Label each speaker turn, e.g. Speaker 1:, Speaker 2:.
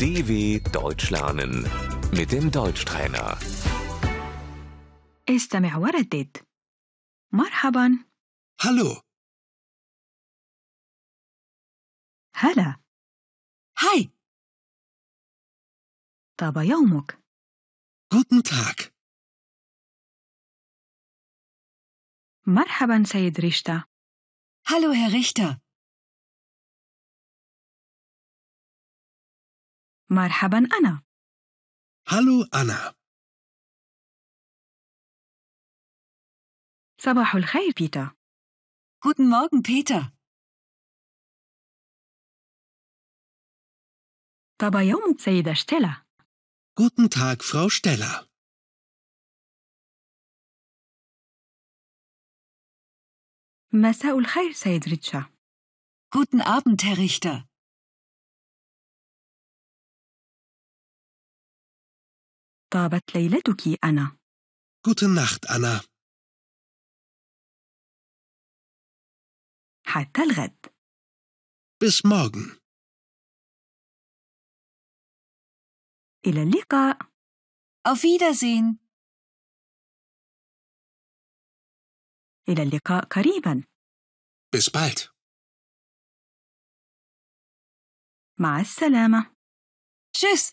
Speaker 1: DW Deutsch lernen mit dem Deutschtrainer.
Speaker 2: استمع وردد مرحبا
Speaker 3: Hallo,
Speaker 2: هلا
Speaker 4: Hi,
Speaker 2: طاب يومك
Speaker 3: guten Tag.
Speaker 2: مرحبا سيد ريشتا
Speaker 4: hallo Herr Richter.
Speaker 2: مرحبا أنا
Speaker 3: Hallo, Anna.
Speaker 2: صباح الخير بيتا
Speaker 4: Guten Morgen, Peter.
Speaker 2: طاب يومك سيدة شتلا
Speaker 3: Guten Tag, Frau Steller.
Speaker 2: مساء الخير سيد ريتشا
Speaker 4: Guten Abend, Herr Richter.
Speaker 2: طابت ليلتك أنا
Speaker 3: Gute Nacht, Anna.
Speaker 2: حتى الغد
Speaker 3: Bis morgen.
Speaker 2: إلى اللقاء
Speaker 4: Auf Wiedersehen.
Speaker 2: إلى اللقاء قريبا
Speaker 3: Bis bald.
Speaker 2: مع السلامة
Speaker 4: Tschüss.